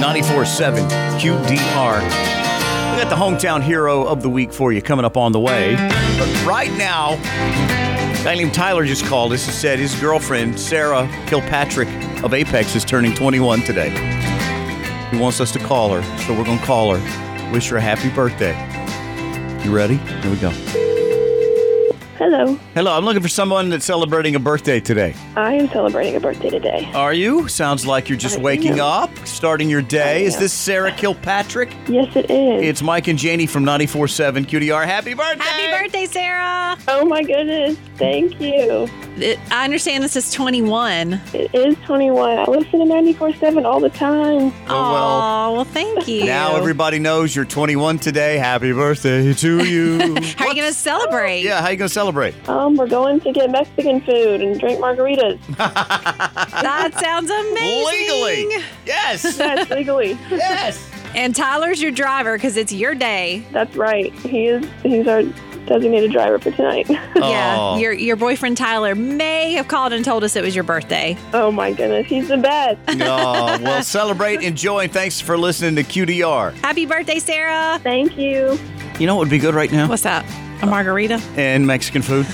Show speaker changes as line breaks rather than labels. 947 QDR. We got the hometown hero of the week for you coming up on the way. But right now, a guy named Tyler just called us and said his girlfriend, Sarah Kilpatrick of Apex, is turning 21 today. He wants us to call her, so we're going to call her. Wish her a happy birthday. You ready? Here we go.
Hello.
Hello, I'm looking for someone that's celebrating a birthday today.
I am celebrating a birthday today.
Are you? Sounds like you're just
I
waking
am.
up, starting your day. Is this Sarah Kilpatrick?
Yes, it is.
It's Mike and Janie from 94.7 QDR. Happy birthday!
Happy birthday, Sarah.
oh my goodness. Thank you.
It- I understand this is 21.
It is 21. I listen to 94.7 all the time.
Oh, well.
Aw, well, thank you.
Now everybody knows you're 21 today. Happy birthday to you.
How are you going to celebrate?
yeah, how you going to celebrate?
Um, we're going to get Mexican food and drink margaritas.
That sounds amazing.
Legally. Yes.
That's legally.
yes.
And Tyler's your driver because it's your day.
That's right. He is. He's our designated driver for tonight.
Oh.
Yeah. Your your boyfriend Tyler may have called and told us it was your birthday.
oh my goodness. He's the best.
oh, well, celebrate, enjoy, and thanks for listening to QDR.
Happy birthday, Sarah.
Thank you.
You know what would be good right now?
What's up? A margarita?
And Mexican food.